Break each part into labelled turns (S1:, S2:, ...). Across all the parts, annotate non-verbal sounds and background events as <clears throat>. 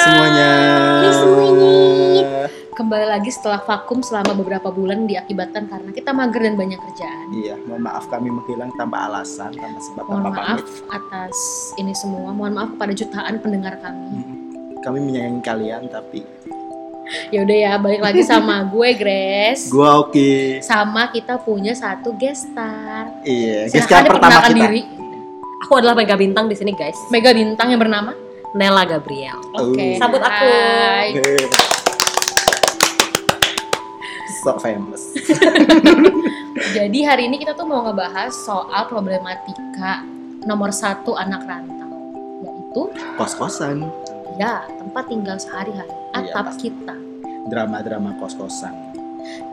S1: semuanya.
S2: Hai semuanya. Kembali lagi setelah vakum selama beberapa bulan diakibatkan karena kita mager dan banyak kerjaan.
S1: Iya, mohon maaf kami menghilang tanpa alasan, tanpa sebab,
S2: Mohon
S1: tanpa
S2: maaf
S1: pamit.
S2: atas ini semua. Mohon maaf kepada jutaan pendengar kami.
S1: Mm-mm. Kami menyayangi kalian, tapi
S2: Ya udah ya, balik lagi
S1: <laughs>
S2: sama gue Grace.
S1: gua oke.
S2: Sama kita punya satu guest star.
S1: Iya, guys
S2: Silahkan
S1: kita pertama
S2: diperkenalkan
S1: kita.
S2: diri.
S3: Aku adalah mega bintang di sini guys.
S2: Mega bintang yang bernama.
S3: Nella Gabriel.
S2: Oke.
S1: Oh.
S3: Sambut aku.
S2: hai.
S1: Hehehe. so famous.
S2: Jadi hari ini kita tuh mau ngebahas soal problematika nomor satu anak rantau, yaitu
S1: Kos-kosan,
S2: ya tempat tinggal sehari-hari
S1: Iya,
S2: atap
S1: pasti.
S2: kita.
S1: drama-drama kos-kosan.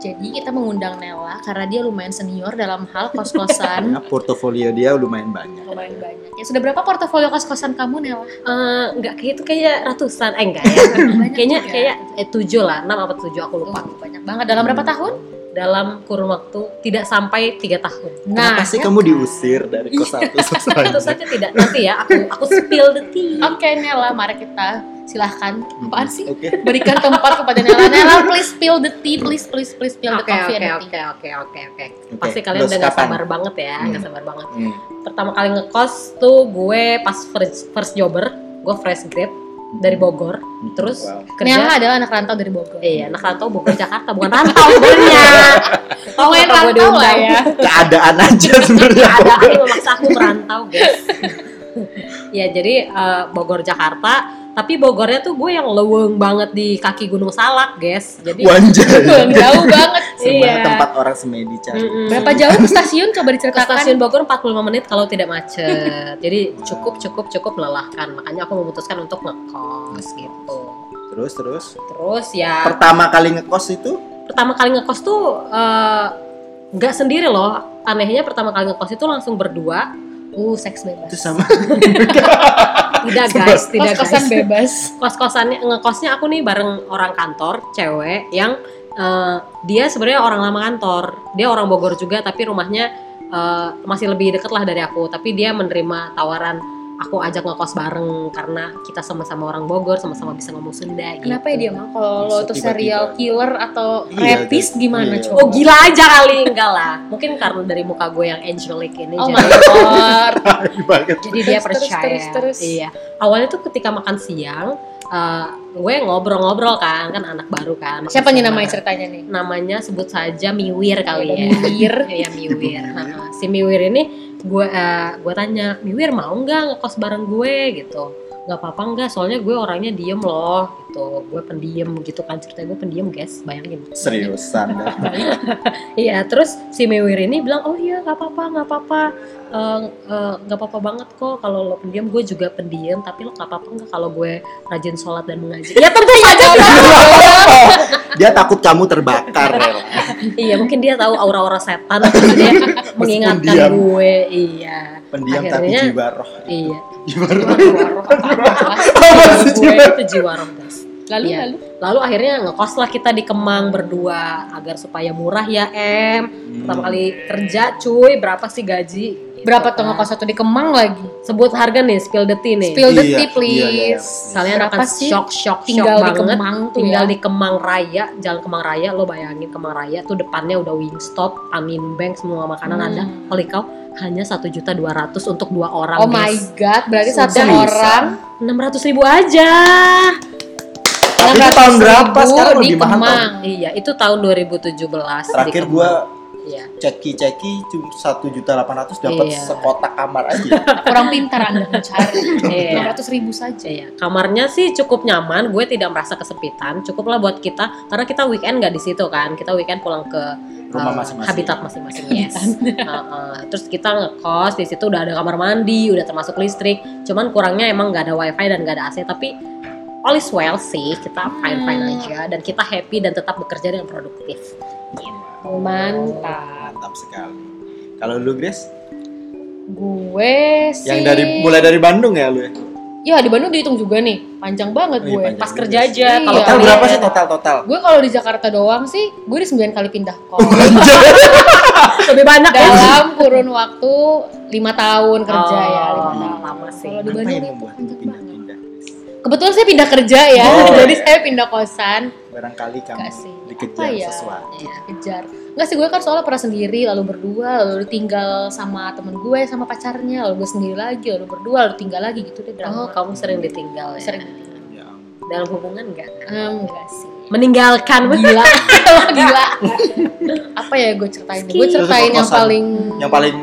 S2: Jadi kita mengundang Nela karena dia lumayan senior dalam hal kos-kosan.
S1: <laughs> Karena Ya, portofolio dia lumayan banyak.
S2: lumayan banyak. Ya sudah berapa portofolio kos-kosan kamu
S1: <laughs>
S2: Nela?
S3: Eh enggak kayak itu kayak ratusan, eh enggak ya.
S2: Banyak
S3: kayaknya
S2: juga.
S3: kayak eh, tujuh lah, enam apa tujuh aku
S2: Wah,
S3: lupa.
S2: banyak banget dalam berapa tahun?
S3: Dalam kurun waktu tidak sampai tiga tahun.
S1: Nah, pasti
S2: ya
S1: kamu
S2: kan?
S1: diusir dari kos satu kos lain.
S3: Tentu saja tidak nanti ya. Aku aku spill the tea.
S2: Oke Nela, mari kita silahkan. Apaan sih?
S1: Oke.
S2: Berikan tempat kepada Nela.
S1: <laughs>
S2: Nela, please spill the tea, please, please, please spill the
S3: Oke
S2: coffee
S3: oke
S2: and the tea.
S3: oke oke oke oke.
S1: Oke,
S3: Pasti kalian
S1: terus
S3: udah gak
S1: kapan?
S3: sabar banget ya,
S1: Hmm.
S3: gak sabar banget.
S1: Hmm.
S3: Pertama kali ngekos tuh gue pas first, first jobber, gue fresh grade dari Bogor, terus
S1: Hmm. Wow.
S3: kerja
S2: Nela adalah anak rantau dari Bogor.
S3: Iya, anak rantau Bogor Jakarta Oh, bukan <laughs> rantau sebenarnya. Tahu
S2: Lumayan
S3: kenapa gue
S2: rantau lah
S3: diundang? <laughs>
S2: ya. <laughs>
S1: Keadaan aja sebenarnya.
S3: Ada ini memaksa aku merantau, guys. <laughs> ya jadi eh, Bogor Jakarta, tapi Bogornya tuh gue yang leweng banget di kaki Gunung Salak, guys. Jadi
S1: Wanjai.
S2: Bang, jauh banget. Iya.
S1: Semua tempat orang semedi cari.
S3: Mm-mm.
S2: Berapa jauh ke stasiun coba
S3: ke
S2: diceritakan?
S3: stasiun Bogor 45 menit kalau tidak macet. Jadi cukup cukup cukup melelahkan. Makanya aku memutuskan untuk ngekos gitu.
S1: Terus terus.
S3: Terus ya
S1: Pertama kali ngekos itu
S3: pertama kali ngekos tuh eh, nggak sendiri loh anehnya pertama kali ngekos itu langsung berdua
S2: Uh, seks bebas.
S1: itu sama <laughs>
S3: tidak guys tidak
S2: Kos-kosan
S3: guys <laughs>
S2: bebas.
S3: kos kosannya ngekosnya aku nih bareng orang kantor cewek yang eh, dia sebenarnya orang lama kantor dia orang Bogor juga tapi rumahnya eh, masih lebih deket lah dari aku tapi dia menerima tawaran aku ajak ngekos bareng karena kita sama-sama orang Bogor sama-sama bisa ngomong Sunda gitu.
S2: Kenapa ya dia mah kalau lo tuh
S1: Tiba-tiba.
S2: serial killer atau
S1: Iya,
S2: rapist
S1: itu-
S2: gimana
S1: iya.
S2: coba?
S3: Oh gila aja kali enggak lah mungkin karena dari muka gue yang angelic ini
S2: Oh my
S3: gitu. jadi-
S2: god.
S1: Parah banget.
S3: <laughs> jadi dia
S2: Terus, terus,
S3: percaya
S2: terus, terus.
S3: iya awalnya tuh ketika makan siang eh, gue ngobrol-ngobrol kan kan anak baru kan makan
S2: Siapa nih
S3: siang
S2: namanya
S3: bareng.
S2: ceritanya
S3: <laughs>
S2: nih?
S3: namanya sebut saja Miwir
S2: Ada
S3: kali ya
S2: Miwir.
S3: <laughs> Iya Miwir Heeh. si Miwir ini gue eh, gue tanya Miwir mau nggak ngekos bareng gue gitu nggak apa-apa nggak soalnya gue orangnya diem loh gitu gue pendiem gitu kan ceritanya gue pendiem guys bayangin
S1: Seriusan dah.
S3: Iya, terus si Mewir ini bilang, oh iya nggak apa-apa, nggak apa-apa, Eh, eh, nggak apa-apa banget kok kalau lo pendiam, gue juga pendiam, tapi lo nggak apa-apa nggak kalau gue rajin sholat dan mengaji. ya tentu saja.
S1: Dia takut kamu terbakar. Rel.
S3: iya, mungkin dia tahu aura-aura
S1: <laughs>
S3: setan, terus dia mengingatkan
S1: diam.
S3: gue. Iya,
S1: Pendiam
S3: Akhirnya-
S1: tapi jiwa roh.
S3: iya.
S1: <laughs> Jiwa roh.
S3: Jiwa
S1: sih,
S3: gue
S1: jiwa?
S3: itu jiwa roh, guys.
S2: Lalu
S3: Iya.
S2: lalu
S3: Lalu akhirnya ngekos lah kita di Kemang berdua agar supaya murah ya em.
S1: Hmm.
S3: Pertama kali kerja, cuy, berapa sih gaji?
S2: berapa
S3: Gitu
S2: tuh
S3: kan.
S2: ngekos satu di Kemang lagi?
S3: Sebut harga nih, spill the tea nih.
S2: Spill the
S1: Iya,
S2: tea
S1: iya,
S2: please.
S1: iya.
S3: Kalian
S2: Berapa
S3: akan
S2: sih
S3: shock, shock,
S2: tinggal
S3: shock
S2: di
S3: banget.
S2: Kemang tuh
S3: tinggal
S2: ya?
S3: di Kemang Raya, jalan Kemang Raya, lo bayangin Kemang Raya tuh depannya udah Wingstop, Amin Bank, semua makanan
S2: Hmm.
S3: ada. Holy cow, hanya satu juta dua ratus untuk dua orang.
S2: Oh my god, berarti satu
S3: Seriusan.
S2: orang
S3: enam ratus ribu aja.
S1: Itu tahun
S2: 600.000
S1: berapa? Sekarang
S2: di
S1: lebih mahal tau.
S2: Kemang.
S3: Iya, itu tahun 2017
S1: Terakhir gua
S3: Iya.
S1: ceki-ceki cuma satu juta delapan ratus dapat
S3: Iya.
S1: sekotak kamar aja.
S2: Kurang pintar Anda mencari.
S3: <laughs> Iya.
S2: 600 ribu saja.
S3: Iya, kamarnya sih cukup nyaman, gue tidak merasa kesempitan, cukuplah buat kita karena kita weekend nggak di situ kan, kita weekend pulang ke
S1: Rumah
S3: eh,
S1: masing-masing.
S3: habitat <laughs> masing-masing. Yes. Heeh. terus kita ngekos di situ udah ada kamar mandi, udah termasuk listrik, cuman kurangnya emang nggak ada wifi dan nggak ada AC, tapi all is well sih, kita fine fine aja dan kita happy dan tetap bekerja dengan produktif.
S2: Mantap.
S1: Mantap sekali. Kalau lu Grace,
S2: Gue sih
S1: yang dari mulai dari Bandung ya lu ya?
S2: Ya di Bandung dihitung juga nih, panjang banget
S1: Oh, iya,
S2: gue.
S1: panjang.
S3: Pas kerja aja,
S2: Iya.
S3: kalau
S1: Total
S2: Iya.
S1: berapa
S3: kalian-
S1: sih total total?
S2: Gue kalau di Jakarta doang sih, gue udah 9 kali pindah kos
S3: lebih banyak ya.
S2: dalam kurun waktu 5 tahun kerja ya,
S3: Oh,
S2: 5 tahun.
S3: lama sih.
S2: Kalau di
S1: Apa
S2: Bandung
S1: yang
S2: itu
S1: membuat lu
S2: panjang banget.
S1: pindah-pindah?
S2: Kebetulan saya pindah kerja ya,
S1: Oh.
S2: <laughs> jadi saya pindah kosan.
S1: barangkali kamu
S2: Nggak sih.
S1: dikejar
S2: Apa ya?
S1: sesuatu
S2: Iya, kejar. Enggak sih gue kan soalnya pernah sendiri, lalu berdua, lalu tinggal sama temen gue, sama pacarnya, lalu gue sendiri lagi, lalu berdua, lalu tinggal lagi gitu deh
S3: Oh,
S2: drama.
S3: kamu sering ditinggal ya?
S2: Sering.
S1: ya ampun.
S3: Dalam hubungan enggak?
S2: Em, enggak sih.
S3: Meninggalkan. <laughs>
S2: Gila, gila. Apa ya gue ceritain? Gue
S3: Skip.
S2: ceritain yang
S1: Kosan.
S2: paling
S1: yang paling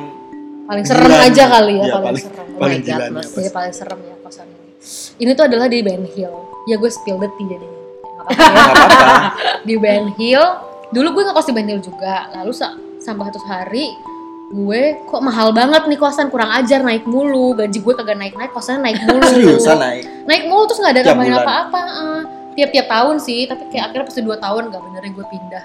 S2: paling serem
S1: Gila.
S2: aja kali ya,
S1: Iya,
S2: paling,
S1: paling-
S2: serem. Oh my
S1: paling
S2: God,
S1: gila nih
S2: Mas.
S1: apa
S2: Jadi
S1: sih?
S2: paling serem ya kosan ini. Ini tuh adalah di Ben Hill. Ya gue spill the tea jadinya. Nggak apa-apa ya.
S1: nggak apa-apa
S2: <laughs> di Ben Hill. Dulu gue ngekos di Ben Hill juga. Lalu sa- sampai satu hari gue kok mahal banget nih kosan kurang ajar naik mulu gaji gue kagak naik naik kosan naik mulu
S1: seriusan naik
S2: naik mulu terus nggak ada
S1: Tiap
S2: tambahin
S1: bulan.
S2: apa-apa eh. tiap-tiap tahun sih tapi kayak akhirnya pasti dua tahun gak benerin gue pindah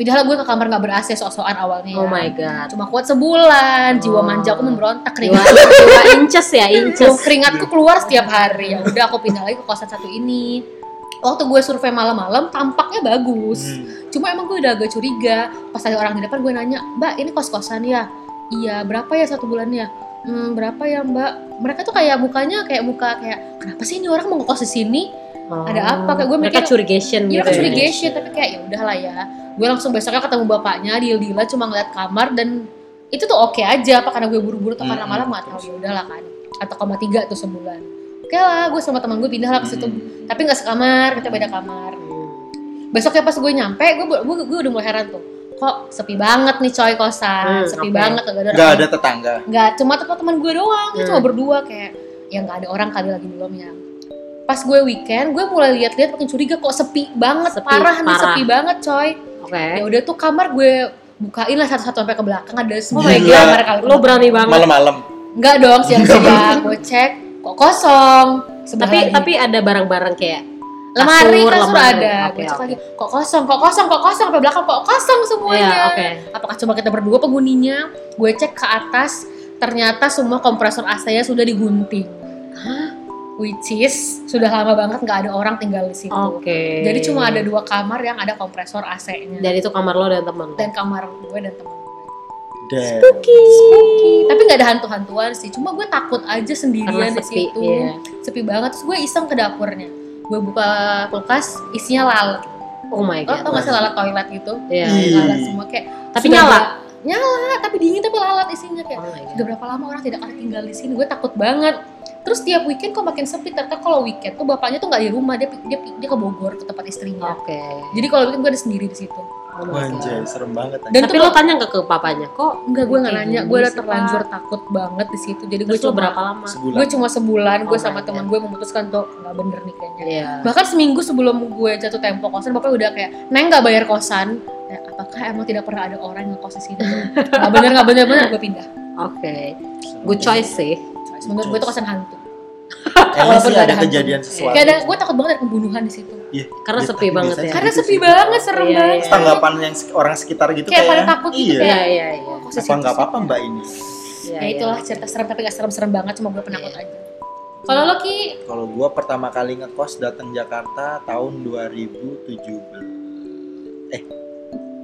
S2: pindahlah gue ke kamar nggak ber AC sok-sokan awalnya ya.
S3: Oh my god.
S2: cuma kuat sebulan jiwa
S3: Oh.
S2: manja aku memberontak
S3: Jiwa,
S2: keringat
S3: jiwa inces ya,
S2: Tuh,
S3: inces.
S2: keringatku keluar setiap hari ya udah aku pindah lagi ke kosan satu ini waktu gue survei malam-malam tampaknya bagus
S1: Hmm.
S2: cuma emang gue udah agak curiga pas ada orang di depan gue nanya mbak ini kos kosan ya iya berapa ya satu bulannya hmm, berapa ya mbak mereka tuh kayak mukanya kayak muka kayak kenapa sih ini orang mau ngekos di sini Ada apa? Kayak gue
S3: Oh. mereka
S2: mikir-
S3: curigation
S2: Iya
S3: gitu.
S2: kan
S3: ya.
S2: curigation tapi kayak ya udahlah ya. Gue langsung besoknya ketemu bapaknya deal dealan cuma ngeliat kamar dan itu tuh oke aja apa karena gue buru-buru atau karena
S1: Hmm.
S2: malam nggak tahu ya udahlah kan. Atau koma tiga tuh sebulan. Oke lah, gue sama teman gue pindah lah ke situ. Tapi nggak sekamar, kita beda kamar. Besoknya pas gue nyampe, gue gue, gue udah mulai heran tuh. Kok sepi banget nih coy kosan,
S3: Hmm,
S2: sepi
S3: oke.
S2: banget kagak ada
S1: nggak
S2: orang
S1: ada tetangga
S2: nggak cuma teman-teman gue doang itu
S3: Hmm.
S2: cuma berdua kayak ya nggak ada orang kali lagi belum ya pas gue weekend gue mulai lihat-lihat makin curiga kok sepi banget
S3: Sepi,
S2: parah, nih
S3: parah. Eh?
S2: sepi banget coy
S3: Oke.
S2: ya udah tuh kamar gue bukain lah satu-satu sampai ke belakang ada semua
S1: my
S2: kayak
S1: God.
S2: kamar kali
S3: Lo berani banget.
S1: malam-malam
S2: nggak dong siang-siang gue cek kok kosong Sebelah
S3: Tapi
S2: lagi.
S3: tapi ada barang-barang kayak
S2: lemari
S3: kasur,
S2: kan sudah
S3: lemari.
S2: ada
S3: Oke,
S2: gue cek
S3: oke.
S2: lagi kok kosong kok kosong kok kosong sampai belakang kok kosong semuanya
S3: Iya, oke.
S2: apakah cuma kita berdua penghuninya gue cek ke atas ternyata semua kompresor AC-nya sudah digunting which is sudah lama banget nggak ada orang tinggal di situ
S3: Oke.
S2: jadi cuma ada dua kamar yang ada kompresor AC-nya
S3: dan itu kamar lo dan temen lo.
S2: dan kamar gue dan teman gue
S1: Damn.
S2: tapi nggak ada hantu-hantuan sih cuma gue takut aja sendirian di situ
S3: iya.
S2: sepi banget terus gue iseng ke dapurnya gue buka kulkas isinya lalat
S3: Oh my
S2: lo
S3: god.
S2: tau gak sih lalat toilet gitu
S3: Iya.
S1: Ih.
S2: lalat semua kayak
S3: Tapi
S2: sudah
S3: nyala.
S2: nggak- nyala tapi dingin tapi lalat isinya kayak
S3: Oh my god.
S2: udah berapa lama orang tidak akan tinggal di sini gue takut banget terus tiap weekend kok makin sepi ternyata kalau weekend tuh bapaknya tuh nggak di rumah dia dia dia ke Bogor ke tempat istrinya
S3: Oke.
S2: jadi kalau weekend gue ada sendiri di situ
S3: Oh my God.
S1: Anjay, serem banget anjay.
S2: dan tuh
S3: Tapi lo tanya nggak ke papanya kok?
S2: enggak gue nggak
S3: Kayak
S2: nanya
S3: gini
S2: gue udah
S3: sih,
S2: terlanjur takut banget di situ jadi gue
S3: Terus lo
S2: cuma
S3: berapa lama?
S1: sebulan
S2: gue cuma sebulan gue
S3: Oh
S2: sama
S3: my
S2: teman gue memutuskan tuh nggak bener nih kayaknya
S3: Iya.
S2: bahkan seminggu sebelum gue jatuh tempo kosan bapak udah kayak neng nggak bayar kosan Ya, apakah emang tidak pernah ada orang yang kos di <laughs> sini nggak bener nggak bener bener gue pindah
S3: Oke. Good choice sih.
S2: menurut gue itu kosan hantu
S1: Emang
S2: Walaupun
S1: sih
S2: nggak
S1: ada
S2: ada
S1: kejadian
S3: hantu.
S1: sesuatu
S2: kayak ada gue takut banget ada pembunuhan di situ
S1: Iya,
S3: Karena
S1: biasa-
S3: sepi banget
S1: biasanya
S3: ya.
S2: karena
S1: gitu
S2: sepi
S1: sih.
S2: banget serem
S3: Iya,
S2: banget
S3: iya.
S1: tanggapan yang se- orang sekitar gitu
S2: kayak pada takut gitu
S1: iya.
S2: kayak
S3: Iya, iya, iya.
S2: "Wah, kok
S1: apa
S2: sesitu
S1: nggak
S2: sih?"
S1: apa-apa mbak ini
S3: Iya,
S2: ya itulah
S3: iya.
S2: cerita serem tapi gak serem-serem banget cuma gue penakut aja kalau lo ki
S1: kalau gua pertama kali ngekos datang Jakarta tahun 2017 eh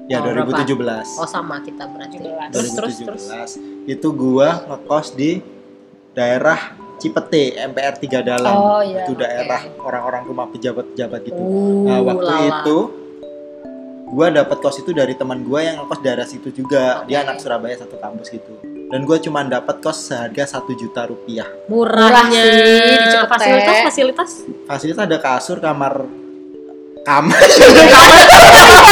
S1: ya
S3: Tahun
S1: 2017
S3: Oh sama kita berarti.
S2: 17.
S3: Terus terus terus.
S1: 2017 itu gua ngekos di daerah Cipete MPR 3 Dalam
S2: oh iya
S1: itu
S2: oke.
S1: daerah orang-orang rumah pejabat-pejabat gitu
S3: Uh,
S1: Nah, waktu
S3: lala.
S1: itu gue dapat kos itu dari teman gue yang kos daerah situ juga.
S3: Oke.
S1: Dia anak Surabaya satu kampus gitu. Dan gue cuma dapat kos seharga satu juta rupiah.
S2: Murah
S3: murahnya
S2: sih, di Cipete.
S3: fasilitas fasilitas
S1: Fasilitas ada kasur, kamar, kamar,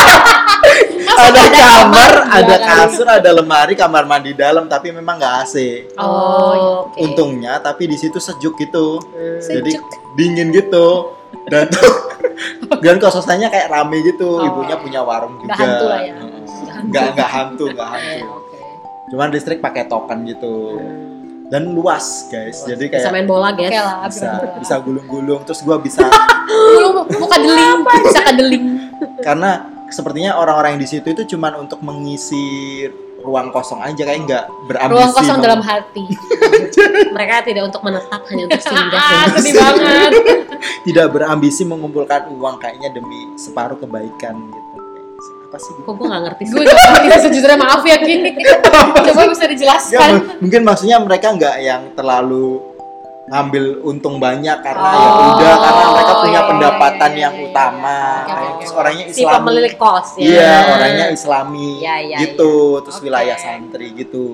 S1: <laughs> ada kamar, ada kasur, ada lemari, kamar mandi dalam. Tapi memang nggak AC.
S2: Oh, iya.
S3: oke.
S1: Untungnya, tapi di situ sejuk gitu,
S3: Hmm.
S1: jadi dingin gitu. Dan <laughs> dan kosannya kayak rame gitu.
S2: Oh.
S1: Ibunya punya warung juga.
S2: Nggak hantu lah ya.
S1: Heeh. Nggak nggak hantu, nggak hantu.
S3: Iya, oke.
S1: Cuman listrik pakai token gitu. dan luas guys jadi kayak
S3: Bisa main bola
S2: oke
S3: guys.
S2: lah
S1: bisa
S2: bisa,
S1: bisa gulung-gulung terus gua bisa
S2: <laughs> Lu buka deling bisa kedeling
S1: karena sepertinya orang-orang yang di situ itu cuman untuk mengisi ruang kosong aja kayak nggak berambisi
S2: ruang kosong
S1: mau-
S2: dalam hati
S3: Mereka tidak untuk menetap hanya <laughs> untuk singgah.
S2: ah sedih banget
S1: tidak berambisi mengumpulkan uang kayaknya demi separuh kebaikan gitu apa sih
S3: Kok gue gak ngerti sih?
S2: gue juga tidak sejujurnya maaf ya ki coba bisa
S1: Ya,
S2: dijelaskan
S1: m- mungkin maksudnya mereka nggak yang terlalu ngambil untung banyak karena
S3: Oh,
S1: ya udah karena mereka punya
S3: iya,
S1: pendapatan
S3: iya,
S1: yang
S3: iya, iya.
S1: utama
S3: Oke, oke,
S1: terus
S3: oke.
S1: orangnya
S3: si
S1: Islam
S3: pemilik kos ya.
S1: iya orangnya Islami
S3: Iya, iya,
S1: gitu terus
S3: Oke.
S1: wilayah santri
S3: <laughs>
S1: gitu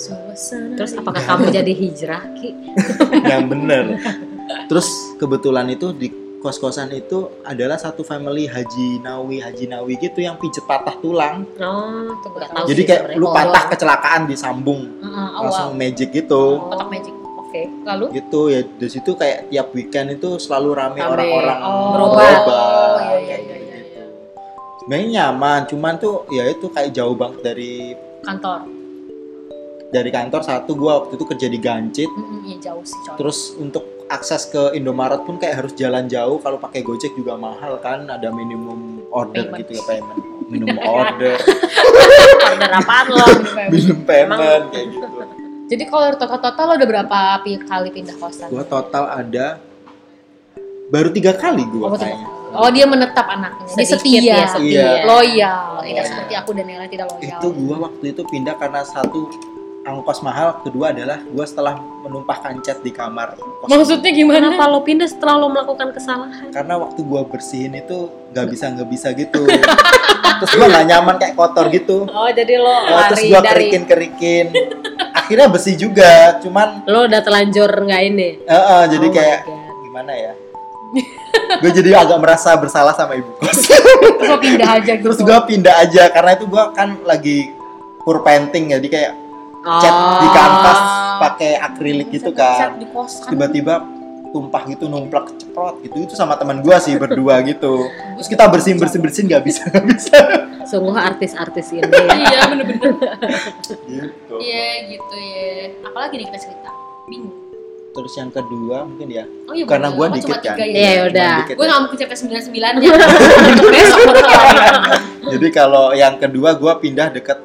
S2: Suasana
S3: Terus apakah kamu jadi hijrah Ki?
S1: yang bener terus kebetulan itu di kos-kosan itu adalah satu family Haji Nawi Haji Nawi gitu yang pijet patah tulang
S3: Oh, tuh nggak tahu
S1: jadi
S3: sih
S1: kayak
S3: sebenarnya.
S1: lu
S3: Oh,
S1: patah kecelakaan disambung
S2: Mm-mm, awal
S1: langsung magic
S3: Oh,
S1: gitu
S2: ah, oh, kotak magic
S3: Oke.
S2: lalu
S1: gitu ya di situ kayak tiap weekend itu selalu rame
S3: Rame.
S1: orang-orang
S2: Oh,
S1: berobat
S2: oh, iya, iya,
S1: kayak gitu.
S2: iya, iya.
S1: gitu-gitu. sebenarnya nyaman cuman tuh ya itu kayak jauh banget dari
S2: kantor
S1: dari kantor satu gua waktu itu kerja di Gancit
S2: Mm-mm, iya jauh sih coy
S1: Terus untuk akses ke Indomaret pun kayak harus jalan jauh. Kalau pakai Gojek juga mahal kan, ada minimum order
S2: Payment.
S1: gitu ya payment.
S2: <laughs>
S1: Minimum order,
S3: Order apaan lo?
S1: minimum payment kayak gitu.
S2: jadi kalau total-total lo udah berapa pi- kali pindah kosan
S1: Gua total ada baru tiga kali
S2: Oh,
S1: gua
S2: tiga.
S1: kayaknya.
S2: oh dia menetap anaknya dia setia
S3: Sedikit ya, setia.
S1: Iya.
S2: loyal tidak
S1: Loyal.
S2: seperti aku dan Nela tidak loyal
S1: Itu gua waktu itu pindah karena satu angkos mahal, kedua adalah gua setelah menumpahkan cat di kamar. kos.
S2: maksudnya gimana
S3: Kenapa lo pindah setelah lo melakukan kesalahan?
S1: Karena waktu gua bersihin itu nggak bisa nggak bisa gitu. Terus gua nggak nyaman kayak kotor gitu.
S3: Oh, jadi lo
S1: Oh, terus gua kerikin kerikin akhirnya besi juga cuman
S3: Lo udah telanjur nggak ini?
S1: eh, eh, jadi
S3: Oh my
S1: kayak
S3: God.
S1: gimana ya gue jadi agak merasa bersalah sama ibu kos
S2: terus lo pindah aja gitu
S1: terus gua pindah aja karena itu gua kan lagi pur painting ya, jadi kayak cat di
S3: Oh. Ah.
S1: kanvas pakai akrilik gitu
S2: Set
S1: kan
S2: di kosan
S1: tiba-tiba tumpah gitu numplak ceprot gitu itu sama teman gua sih berdua gitu terus kita bersihin bersihin bersihin nggak bisa nggak bisa
S3: Sungguh
S1: <laughs>
S3: artis-artis ini.
S2: iya bener-bener
S1: gitu
S2: iya gitu ya apalagi nih kita cerita bingung
S1: terus yang kedua mungkin ya
S2: oh iya
S1: karena
S2: bener.
S1: gua
S2: Apa
S1: dikit
S2: cuma
S1: kan
S2: tiga
S3: Iya,
S2: ya
S1: Cuma
S3: udah.
S1: dikit
S2: gue
S1: ya.
S2: gak mungkin sampai sembilan sembilan ya besok
S1: Jadi kalau yang kedua gua pindah deket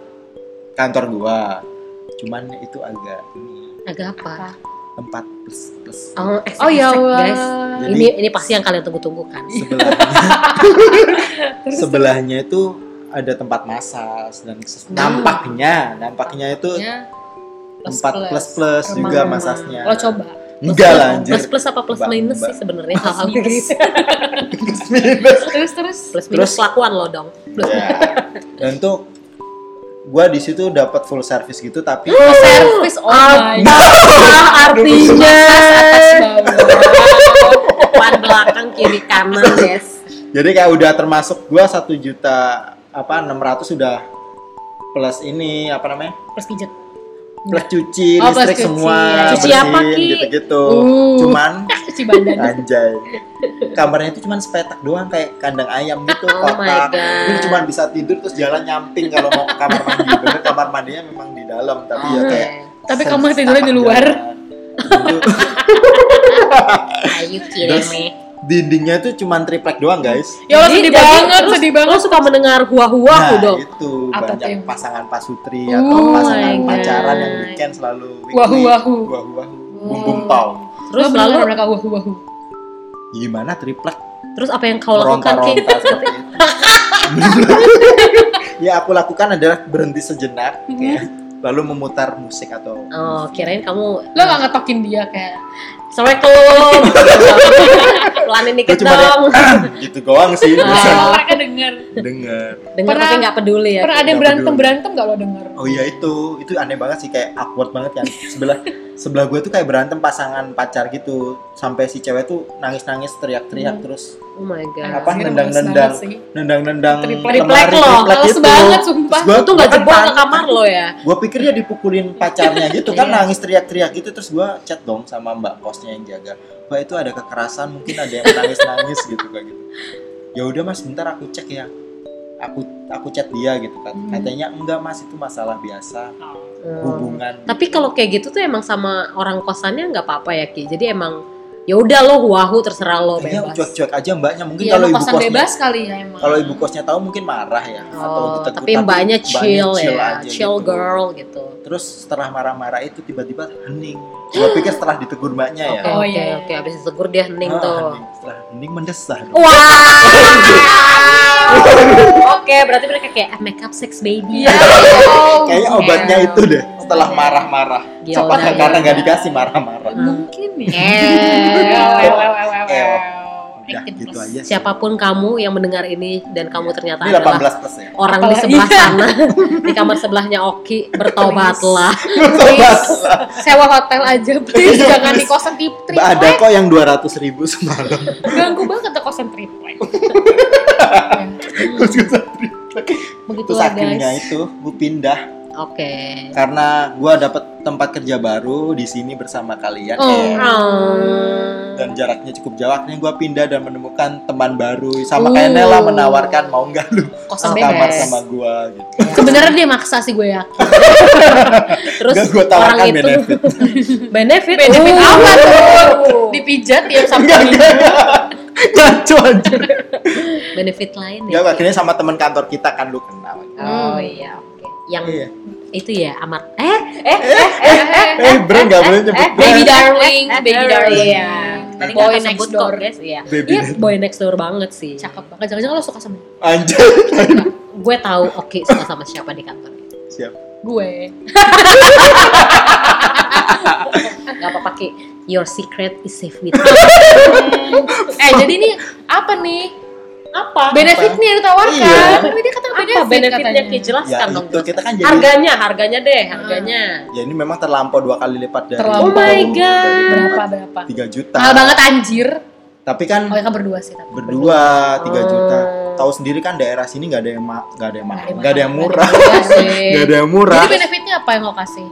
S1: kantor gua. Cuman itu agak ini,
S3: Agak apa?
S1: tempat plus plus
S3: Oh, esek-esek,
S2: oh ya
S3: guys.
S2: Allah
S1: Jadi-
S3: Ini ini pasti yang kalian tunggu-tunggu kan. <laughs>
S1: sebelahnya. sebelahnya itu ada tempat massage dan ses-
S2: Hmm.
S1: nampaknya nampaknya itu
S2: Ya,
S1: tempat plus plus juga
S3: Iya, Emang.
S1: massage-nya.
S2: lo coba
S1: Enggak lah anjir.
S3: Plus plus apa plus
S1: Mbak-
S3: minus
S1: Mbak.
S3: sih sebenarnya hal-hal kayak gitu.
S2: terus terus
S3: Plus minus
S1: Terus-
S3: kelakuan lo
S1: <laughs>
S3: dong. Plus
S1: Ya. Dan tuh gua di situ dapat full service gitu
S3: <gasps>
S1: tapi
S2: servis oh my God.
S3: Ah, artinya
S2: Atas bawah.
S3: depan belakang kiri kanan guys.
S1: Jadi kayak udah termasuk gua satu juta apa 600 sudah plus ini apa namanya
S2: terus pijet
S1: plus cuci
S2: Oh, plus
S1: listrik
S2: cuci,
S1: semua
S2: ya.
S3: Cuci
S1: bersihin,
S3: apa, Ki?
S1: gitu-gitu.
S2: Uh.
S1: Cuman
S2: cuci badan
S1: anjay. Kamarnya itu cuman sepetak doang kayak kandang ayam gitu
S3: <laughs> Oh my
S1: kotak.
S3: God.
S1: Jadi cuman bisa tidur terus jalan nyamping kalau mau ke kamar mandi. Bener kamar mandinya memang di dalam tapi ya
S3: Oh,
S1: kayak
S3: iya.
S2: Tapi
S1: se-
S2: kamar tidurnya di
S1: setapak
S2: luar.
S1: jalan. Gitu.
S3: Ayu kirim
S1: Terus- Dindingnya itu cuman triplek doang, guys.
S2: ya Allah sedih banget sedih banget
S3: Lo suka mendengar hua-hua aku
S1: Nah,
S3: dong.
S1: itu
S2: Apa
S1: banyak
S2: tuh yang-
S1: pasangan pasutri
S2: Oh
S1: atau pasangan
S3: my God.
S1: pacaran yang weekend selalu weekly.
S2: Wahu-wahu.
S1: Wahu-wahu. Bumbung tau.
S3: Terus lalu
S2: mereka wahu wahu
S1: Gimana triplek
S3: terus apa yang kau lakukan Ki?
S1: meronta-ronta seperti
S2: <laughs>
S1: itu. ya aku lakukan adalah berhenti sejenak
S2: Mhm.
S1: ya. lalu memutar musik atau
S3: Oh, kirain kamu
S2: lo gak ngetokin dia <laughs> kayak
S3: <laughs> Assalamualaikum. Pelanin dikit
S1: Gua cuma
S3: dong.
S1: <clears throat> gitu doang sih
S2: Iya.
S1: bisa
S3: Ah.
S2: mereka denger
S1: denger
S3: Dengar
S2: Pernah-
S3: tapi nggak peduli ya.
S2: pernah ada yang
S1: Nggak
S2: berantem
S1: peduli.
S2: berantem gak lo denger
S1: oh iya itu itu aneh banget sih kayak awkward banget kan
S2: <laughs>
S1: sebelah sebelah gue tuh kayak berantem pasangan pacar gitu sampai si cewek tuh nangis nangis teriak
S2: Hmm.
S1: teriak terus
S3: Oh my god.
S1: Apa?
S2: Anjir, males Nah,
S1: nendang-
S2: banget
S1: nendang.
S2: sih.
S1: nendang nendang
S2: Triplek.
S3: Triplek loh,
S2: males banget sumpah
S1: gue
S3: Itu nggak jebol ke kamar lo ya.
S1: gue gitu. pikir dia dipukulin
S2: <laughs>
S1: pacarnya gitu kan
S3: Iya.
S1: nangis teriak-teriak gitu terus gue chat dong sama mbak kosnya yang jaga mbak itu ada kekerasan mungkin ada yang nangis-nangis gitu kayak gitu ya udah mas bentar aku cek ya aku aku chat dia gitu kan
S2: Hmm. Oh.
S1: katanya enggak mas itu masalah biasa
S3: Hmm.
S1: hubungan
S3: Tapi kalau kayak gitu tuh emang sama orang kosannya nggak apa-apa ya Ki. Jadi emang ya udah lo wahu terserah lo
S1: kayaknya
S3: Oh, bebas.
S1: Iya, cuek-cuek aja mbaknya mungkin
S2: Iya,
S1: kalau
S2: lo
S1: ibu
S2: kosan
S1: kosnya
S2: bebas kali ya emang
S1: kalau ibu kosnya tahu mungkin marah ya
S3: Oh,
S1: ditegur,
S3: tapi mbaknya chill ya,
S1: aja
S3: chill
S1: gitu.
S3: girl gitu.
S1: terus setelah marah-marah itu tiba-tiba hening gue pikir setelah ditegur mbaknya ya
S3: Oke,
S2: Oh,
S3: oke,
S2: iya, iya.
S3: oke. Abis ditegur dia hening
S1: Ah,
S3: tuh. Oh,
S1: hening. setelah hening mendesah dong.
S3: Wah. Wow. <laughs> Oke, berarti mereka kayak makeup sex
S1: <laughs>
S3: baby.
S2: Iya. oh,
S1: Kayaknya obatnya
S3: Oke.
S1: itu deh setelah marah-marah.
S3: Gila,
S1: Cepat
S3: iya.
S1: karena nggak dikasih marah-marah.
S2: Mungkin <laughs> ya. iya,
S3: Eh,
S1: Eh, Udah
S2: Acting
S1: gitu
S2: plus.
S1: aja. sih.
S3: Siapapun kamu yang mendengar ini dan kamu ternyata
S1: Ini
S3: adalah
S1: 18 plus
S3: <laughs>
S1: ya.
S3: orang di
S2: Apalagi.
S3: sebelah
S1: <laughs>
S3: sana di kamar sebelahnya Oki bertobatlah
S1: Sobat,
S2: Sewa hotel
S1: <laughs>
S2: aja, please.
S1: Iya,
S2: Jangan di
S1: please.
S2: kosan tip
S1: Mbak, ada
S2: triplek.
S1: kok yang 200 ribu semalam. <laughs>
S2: Ganggu banget tuh kosan triplek. Ya,
S1: Terus
S2: Begitulah
S1: akhirnya
S2: guys.
S1: itu gue pindah
S3: oke
S1: karena gua dapet tempat kerja baru di sini bersama kalian.
S2: Oh.
S1: Eh,
S3: Hmm.
S1: dan jaraknya cukup jauh akhirnya gue pindah dan menemukan teman baru sama
S2: Uh.
S1: kayak Nela menawarkan mau nggak lu
S2: Kosan
S1: sekamar
S2: bebas.
S1: sama gue gitu
S2: Sebenarnya dia maksa sih gue ya. yakin.
S3: terus
S1: Nggak, gua tawarkan ya,
S3: orang itu <laughs>
S1: benefit.
S3: benefit
S2: Benefit
S3: Uh.
S2: apa tuh? Oh.
S1: ya,
S2: Dipijat Iya, tiap sabtu
S1: enggak
S2: minggu.
S1: enggak ngaco anjir
S3: benefit lain ya
S1: enggak akhirnya sama teman kantor kita kan lu kenal
S3: oh iya oke yang
S1: Iya.
S3: itu ya amar eh eh
S1: eh bro nggak boleh nyebut
S2: Baby
S1: brand.
S2: darling, baby darling.
S3: Iya. tadi
S2: Boy
S3: nggak
S2: next
S3: sebut
S2: door.
S3: kok guys iya
S1: Baby
S3: iya
S1: darling.
S3: boy next door banget sih
S2: <laughs> Cakep banget. Jangan-jangan lo suka sama
S1: anjir
S3: gue tahu Oki suka sama siapa di kantor
S1: siap
S2: gue.
S3: nggak apa-apa Ki your secret is safe with me
S1: Hmm.
S2: eh jadi ini apa nih?
S3: apa
S2: Benefitnya yang ditawarkan.
S1: Iya.
S2: Tapi dia kata
S3: apa
S2: benefit
S3: benefitnya
S2: katanya.
S3: Ki jelaskan
S1: ya
S3: dong
S1: itu kita kan jadi
S3: harganya harganya deh harganya
S1: ya ini memang terlampau dua kali lipat dari
S2: Terlampau.
S3: Oh my God.
S2: Berapa berapa?
S1: 3 juta
S2: Mahal banget anjir.
S1: tapi kan
S2: Oh ya kan berdua sih tapi.
S1: berdua 3 juta
S3: Oh.
S1: tahu sendiri kan daerah sini nggak ada yang ma- nggak ada yang mahal
S2: Nggak ada yang
S1: nggak ada yang
S2: mahal.
S1: murah
S2: Iya sih.
S1: <laughs> nggak ada yang murah
S2: Jadi benefitnya apa yang lo kasih?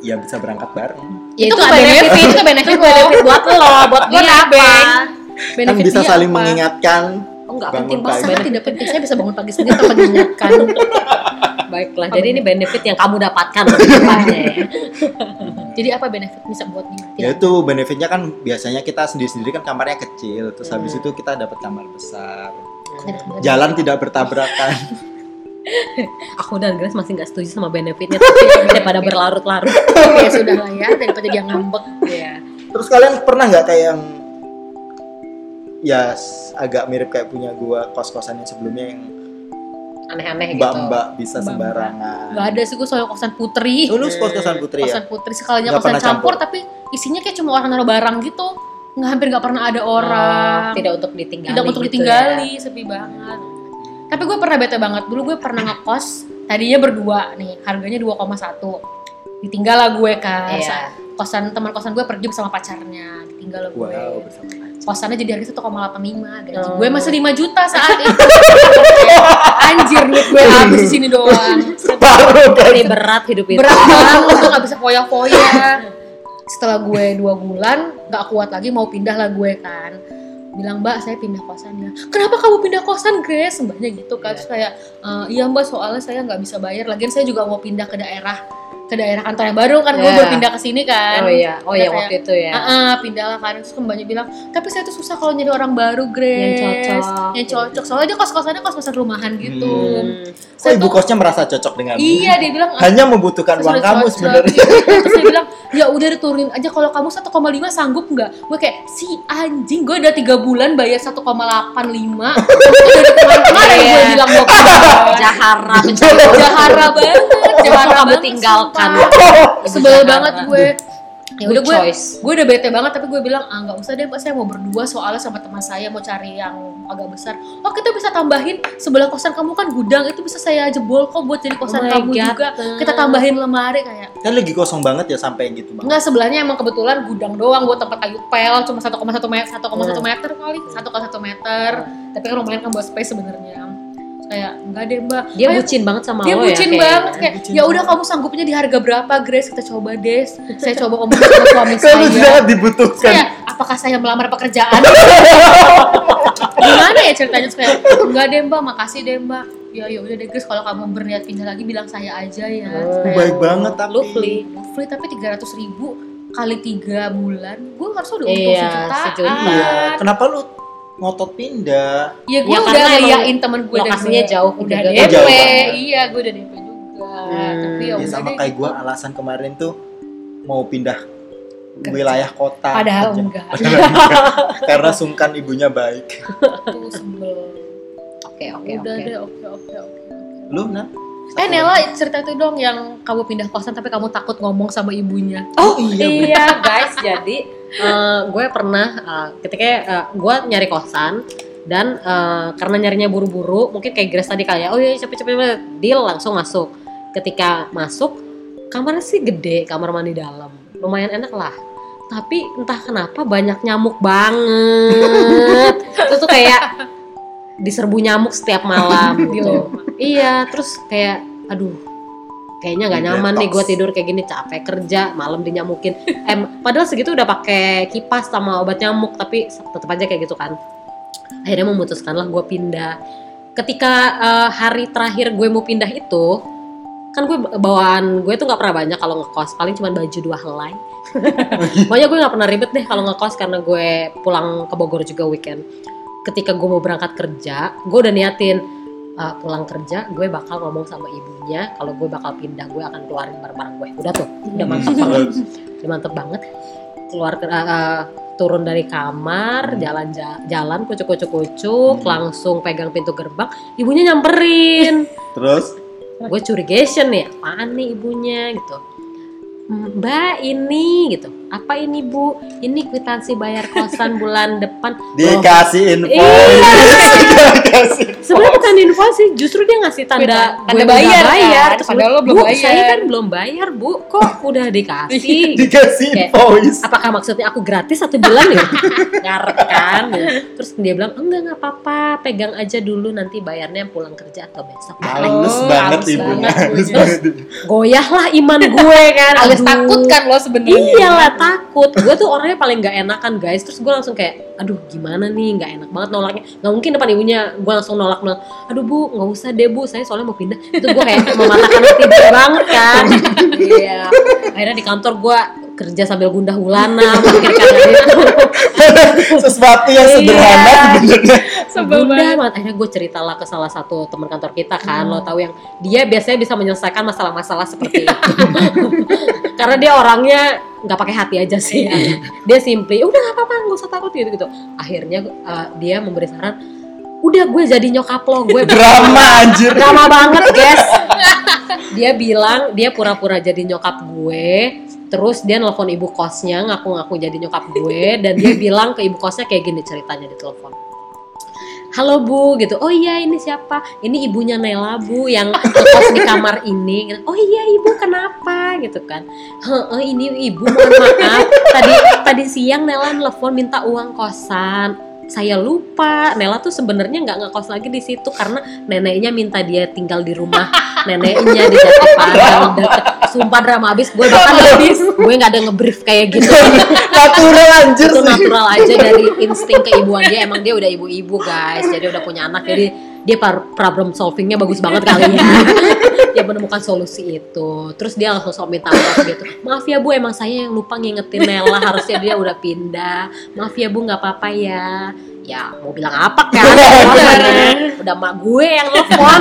S1: ya bisa berangkat bareng Kan
S2: Ya,
S3: itu
S2: itu nggak
S3: benefit.
S2: benefit, itu nggak benefit lo.
S3: benefit buat lo buat
S2: Buat
S3: dia
S2: apa?
S3: apa
S1: kan
S2: Benefitnya
S1: bisa saling
S2: apa?
S1: mengingatkan
S3: oh nggak
S1: Bangun
S3: penting
S2: Wah,
S1: pagi.
S3: banget
S2: sangat tidak penting. Saya bisa bangun pagi sendiri tanpa diingatkan.
S3: baiklah jadi ini benefit yang kamu dapatkan lebih tepatnya ya.
S2: Jadi apa benefit bisa buat dia?
S1: ya itu benefitnya kan biasanya kita sendiri sendiri kan kamarnya kecil terus habis
S2: Iya.
S1: itu kita dapat kamar besar jalan tidak bertabrakan
S3: aku dan Grace masih nggak setuju sama benefitnya tapi daripada berlarut-larut
S2: Oke, sudah lah ya daripada dia ngambek.
S3: ya
S1: terus kalian pernah nggak kayak yang ya s- agak mirip kayak punya gua kos kosan yang sebelumnya yang
S3: aneh-aneh gitu
S1: mbak mbak bisa
S2: Mbak-mbak. Gak
S1: sembarangan
S2: ada sih gue soal kosan putri.
S1: Oh, lu kos kosan putri ya
S2: kosan putri sekalinya
S1: Nggak
S2: kosan
S1: pernah
S2: campur,
S1: campur.
S2: tapi isinya kayak cuma orang naruh barang gitu nggak hampir nggak pernah ada orang
S3: Oh,
S2: tidak,
S3: tidak untuk ditinggali
S2: untuk
S3: gitu ya.
S2: ditinggali sepi banget tapi gue pernah bete banget dulu gue pernah ngekos tadinya berdua nih harganya 2,1 ditinggal lah gue kan
S3: Iya.
S2: Sa- kosan teman kosan gue pergi bersama pacarnya ditinggal lah gue
S1: wow bersama aja.
S2: kosannya jadi harga 1,85 gaji
S3: Oh.
S2: gue masih 5 juta saat
S3: <laughs>
S2: itu anjir duit gue habis di sini doang
S1: <laughs> separuh kan
S3: ini berat hidup itu
S2: berat banget tuh nggak bisa foya-foya setelah gue dua bulan nggak kuat lagi mau pindah lah gue kan bilang mbak saya pindah kosan ya kenapa kamu pindah kosan Grace mbaknya gitu kan terus kayak "E, iya mbak soalnya saya nggak bisa bayar lagian saya juga mau pindah ke daerah ke daerah kantor yang baru kan gue
S3: Iya.
S2: baru pindah ke sini kan
S3: oh iya oh iya
S2: Kayak-
S3: waktu itu ya
S2: Ah, ah, pindah lah kan terus mbaknya bilang tapi saya tuh susah kalau nyari orang baru Grace
S3: Yang cocok.
S2: yang cocok soalnya dia kos kosannya kos kosan rumahan gitu
S3: Hmm.
S1: kok
S2: Saya
S1: Oh, ibu
S2: tuh-
S1: kosnya merasa cocok dengan
S2: iya dia bilang "Ah,
S1: hanya membutuhkan uang
S2: Terus
S1: kamu
S2: cocok, <laughs>
S1: sebenarnya
S2: gitu. Terus dia bilang, ya udah diturunin aja kalau kamu 1,5 sanggup nggak? Gue kayak, si anjing gue udah 3 bulan bayar 1,85 Dari <laughs> kemarin gue
S3: Iya.
S2: bilang gue
S3: <laughs>
S2: pindah.
S3: jahara
S2: Jahara banget, jahara
S3: kamu
S2: banget,
S3: tinggalkan.
S2: sumpah. Sebel
S3: Jahara.
S2: banget gue Ya
S3: Good
S2: udah gue,
S3: choice.
S2: gue udah bete banget tapi gue bilang ah nggak usah deh mbak saya mau berdua soalnya sama teman saya mau cari yang agak besar oh kita bisa tambahin sebelah kosan kamu kan gudang itu bisa saya jebol kok buat jadi kosan
S3: Oh my
S2: kamu
S3: God.
S2: juga kita tambahin lemari kayak
S1: kan lagi kosong banget ya sampai gitu bang
S2: Enggak, sebelahnya emang kebetulan gudang doang buat tempat kayu pel cuma 1,1 meter, 1,1
S3: Hmm.
S2: meter kali, 1,1 meter. Tapi kan lumayan kan buat space sebenarnya. Terus Kayak enggak deh, Mbak.
S3: dia
S2: Ayo,
S3: bucin banget sama
S2: dia
S3: lo ya
S2: bucin
S3: kayaknya.
S2: banget kayak
S1: Bucin
S2: ya udah
S1: banget."
S2: kamu sanggupnya di harga berapa, Grace? Kita coba deh. Saya coba omongin sama
S3: <laughs>
S2: suami
S1: kalau
S2: saya.
S1: tidak
S2: Terus
S1: dibutuhkan
S2: Kayak, apakah saya melamar pekerjaan? Gimana ya ceritanya Terus kayak enggak deh, Mbak, makasih deh, Mbak. Ya ya udah deh, Grace, kalau kamu berniat pindah lagi bilang saya aja ya. Terus
S3: Oh.
S2: kayak,
S1: baik banget tapi
S3: Lovely.
S2: Lovely tapi 300 ribu kali tiga bulan gue harusnya udah untung
S3: Iya, sejuta.
S1: Iya, kenapa lu ngotot pindah?
S2: ya gue
S3: Ya,
S2: udah
S3: karena emang
S2: liatin temen gue
S3: lokasinya
S2: gue
S3: jauh
S2: udah
S3: juga.
S2: DP
S1: Jauh banget.
S2: iya gue udah DP juga
S3: Hmm.
S2: tapi ya
S1: Ya,
S2: udah
S1: sama
S2: deh.
S1: kayak gua alasan kemarin tuh mau pindah
S2: Kerja.
S1: wilayah kota.
S2: padahal
S1: Kerja.
S2: <laughs> enggak
S1: Padahal enggak. Karena sungkan ibunya baik.
S2: itu sebel
S3: oke oke oke
S2: udah
S3: oke
S2: deh oke oke oke oke.
S1: Lu Nat?
S2: eh
S1: Satu
S2: Nela
S1: lagi.
S2: cerita itu dong yang kamu pindah kosan tapi kamu takut ngomong sama ibunya
S1: Oh iya. bener.
S3: iya <laughs> guys jadi eh, gue pernah eh, ketika eh, gue nyari kosan dan eh, karena nyarinya buru-buru mungkin kayak Grace tadi kali ya oh iya cepet-cepet deal langsung masuk ketika masuk kamarnya sih gede kamar mandi dalam lumayan enak lah tapi entah kenapa banyak nyamuk
S1: <laughs>
S3: banget itu tuh kayak diserbu nyamuk setiap malam gitu
S2: Gila.
S3: iya terus kayak aduh kayaknya nggak nyaman nih gue
S1: Detox.
S3: tidur kayak gini capek kerja malam dinyamukin em padahal segitu udah pakai kipas sama obat nyamuk tapi tetap aja kayak gitu kan akhirnya memutuskanlah gue pindah ketika eh, hari terakhir gue mau pindah itu kan gue bawaan gue tuh nggak pernah banyak kalau ngekos paling cuma baju dua helai <laughs> pokoknya gue nggak pernah ribet deh kalau ngekos karena gue pulang ke Bogor juga weekend ketika gue mau berangkat kerja gue udah niatin uh, pulang kerja gue bakal ngomong sama ibunya kalau gue bakal pindah gue akan keluarin barang-barang gue udah tuh
S2: ya,
S3: udah
S1: Hmm,
S3: mantep banget udah mantep banget keluar ke- uh, uh, turun dari kamar
S1: Hmm.
S3: jalan ja- jalan kucuk kucuk kucuk
S1: Hmm.
S3: langsung pegang pintu gerbang ibunya nyamperin
S1: Terus
S3: gue curigation nih apaan nih ibunya gitu mbak ini gitu apa ini bu ini kwitansi bayar kosan bulan <laughs> depan
S2: Oh.
S1: dikasih info.
S3: Iya.
S1: dikasih.
S3: sebenarnya bukan info sih justru dia ngasih tanda
S2: Tanda- tanda
S3: gue udah
S2: bayar, kan?
S3: Terus
S2: Padahal
S3: gue,
S2: lo belum
S3: "Bu,
S2: bayar."
S3: saya kan belum bayar bu kok udah
S2: <laughs>
S3: dikasih
S2: Iya.
S3: gitu.
S1: <laughs> Dikasih
S3: Kayak-
S1: invoice.
S3: apakah maksudnya aku gratis satu bulan ya ngarep kan terus dia bilang enggak nggak apa-apa pegang aja dulu nanti bayarnya pulang kerja atau besok
S1: Halus
S2: Oh,
S1: banget
S2: halus
S1: ibunya.
S2: banget
S1: Halus
S2: ibunya.
S1: banget.
S3: goyah lah iman gue kan
S2: alias
S3: Aduh. Iya,
S2: takut kan lo sebenarnya
S3: Iyalah takut. Gue tuh orangnya paling nggak enakan guys. Terus gue langsung kayak, aduh gimana nih, nggak enak banget nolaknya. Nggak mungkin depan ibunya, gue langsung nolak nolak. Aduh bu, nggak usah deh bu, saya soalnya mau pindah. Itu gue kayak <laughs> mematahkan hati gue banget kan. Iya. Akhirnya di kantor gue kerja sambil gundah gulana memikirkan hal itu
S1: Sesuatu yang sederhana
S3: Iya.
S1: sebenarnya.
S2: sebel
S3: Bunda
S2: banget Hmm.
S3: banget. akhirnya gue ceritalah ke salah satu teman kantor kita kan lo tahu yang dia biasanya bisa menyelesaikan masalah-masalah
S2: <laughs>
S3: seperti itu karena dia orangnya nggak pakai hati aja sih
S2: Iya.
S3: dia simply udah nggak apa-apa nggak usah takut gitu gitu akhirnya eh, dia memberi saran udah gue jadi nyokap lo gue
S2: <laughs>
S1: Drama anjir.
S3: drama banget guys <laughs> dia bilang dia pura-pura jadi nyokap gue terus dia nelfon ibu kosnya ngaku-ngaku jadi nyokap gue dan <laughs> dia bilang ke ibu kosnya kayak gini ceritanya di telepon Halo Bu gitu. Oh iya ini siapa? Ini ibunya Nela Bu yang ngekos di kamar ini. Gitu. Oh iya Ibu kenapa gitu kan. Heeh ini Ibu mohon maaf. Tadi tadi siang Nela nelfon minta uang kosan. Saya lupa. Nela tuh sebenarnya nggak ngekos lagi di situ karena neneknya minta dia tinggal di rumah neneknya di Jati Padang. Deket. Sumpah drama abis gue bahkan gue nggak ada ngebrief kayak gitu
S1: Natural anjir
S3: itu
S1: sih.
S3: natural aja dari insting keibuan dia emang dia udah ibu-ibu guys jadi udah punya anak jadi dia par- problem solvingnya bagus banget kali ya <laughs> dia menemukan solusi itu terus dia langsung sok minta maaf gitu maaf ya bu emang saya yang lupa ngingetin Nela harusnya dia udah pindah maaf ya bu nggak apa-apa ya ya mau bilang apa kan
S1: <laughs>
S3: udah mak gue yang telepon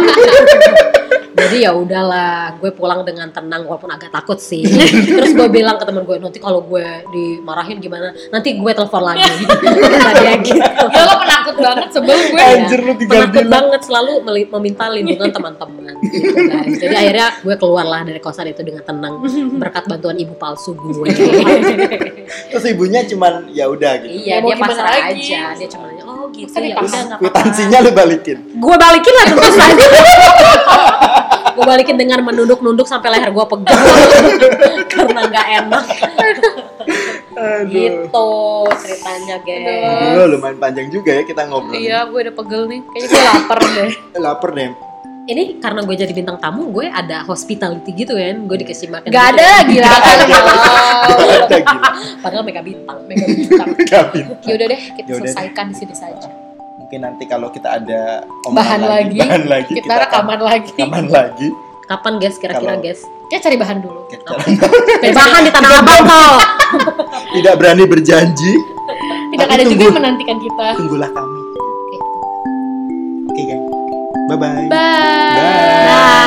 S3: jadi ya udahlah gue pulang dengan tenang walaupun agak takut sih terus gue bilang ke temen gue nanti kalau gue dimarahin gimana nanti gue telepon lagi <laughs> Kata dia gitu
S2: ya lo penakut banget sebel gue
S3: Iya.
S1: Anjir lu tinggal
S3: penakut
S1: bilang.
S3: banget selalu meli- meminta lindungan teman-teman gitu guys jadi akhirnya gue keluarlah dari kosan itu dengan tenang berkat bantuan ibu palsu gue
S1: Terus ibunya cuman ya udah gitu.
S3: <laughs> iya
S2: Ya, mau
S3: dia
S2: gimana
S3: pasrah
S2: lagi?
S3: aja dia cuma nanya oh gitu
S2: Masa
S3: ya
S2: dipaksa?
S3: udah nggak apa-apa
S1: Kuitansinya lu balikin.
S3: gue balikin lah tentu saja <laughs> gue balikin dengan menunduk-nunduk sampai leher gue pegang <laughs> karena nggak enak
S1: Aduh.
S3: gitu ceritanya guys
S1: Aduh, lumayan panjang juga ya kita ngobrol.
S2: iya Oh, gue udah pegel nih kayaknya gue lapar deh
S1: Lapar deh.
S3: ini karena gue jadi bintang tamu gue ada hospitality gitu kan gue dikasih makan
S2: Gak
S3: gitu.
S2: ada lagi lah kan iya.
S1: <laughs> Ada gila.
S3: padahal mega bintang
S2: Mega bintang.
S1: Gavin.
S2: Ya udah deh, kita
S1: Yaudah deh.
S2: selesaikan di sini saja.
S1: Mungkin nanti kalau kita ada omongan
S2: Bahan lagi,
S1: bahan lagi
S2: Kita rekaman lagi.
S1: rekaman lagi.
S3: kapan guys kira-kira
S1: Kalau-
S3: guys
S2: Kita cari bahan dulu.
S1: Kita
S3: Cari bahan di tanah abang kok
S1: tidak berani berjanji.
S2: Tidak
S1: Tapi
S2: ada juga
S1: tunggu.
S2: yang menantikan kita.
S1: Tunggulah kami. Oke, guys. Bye-bye.
S2: Bye.
S1: Bye.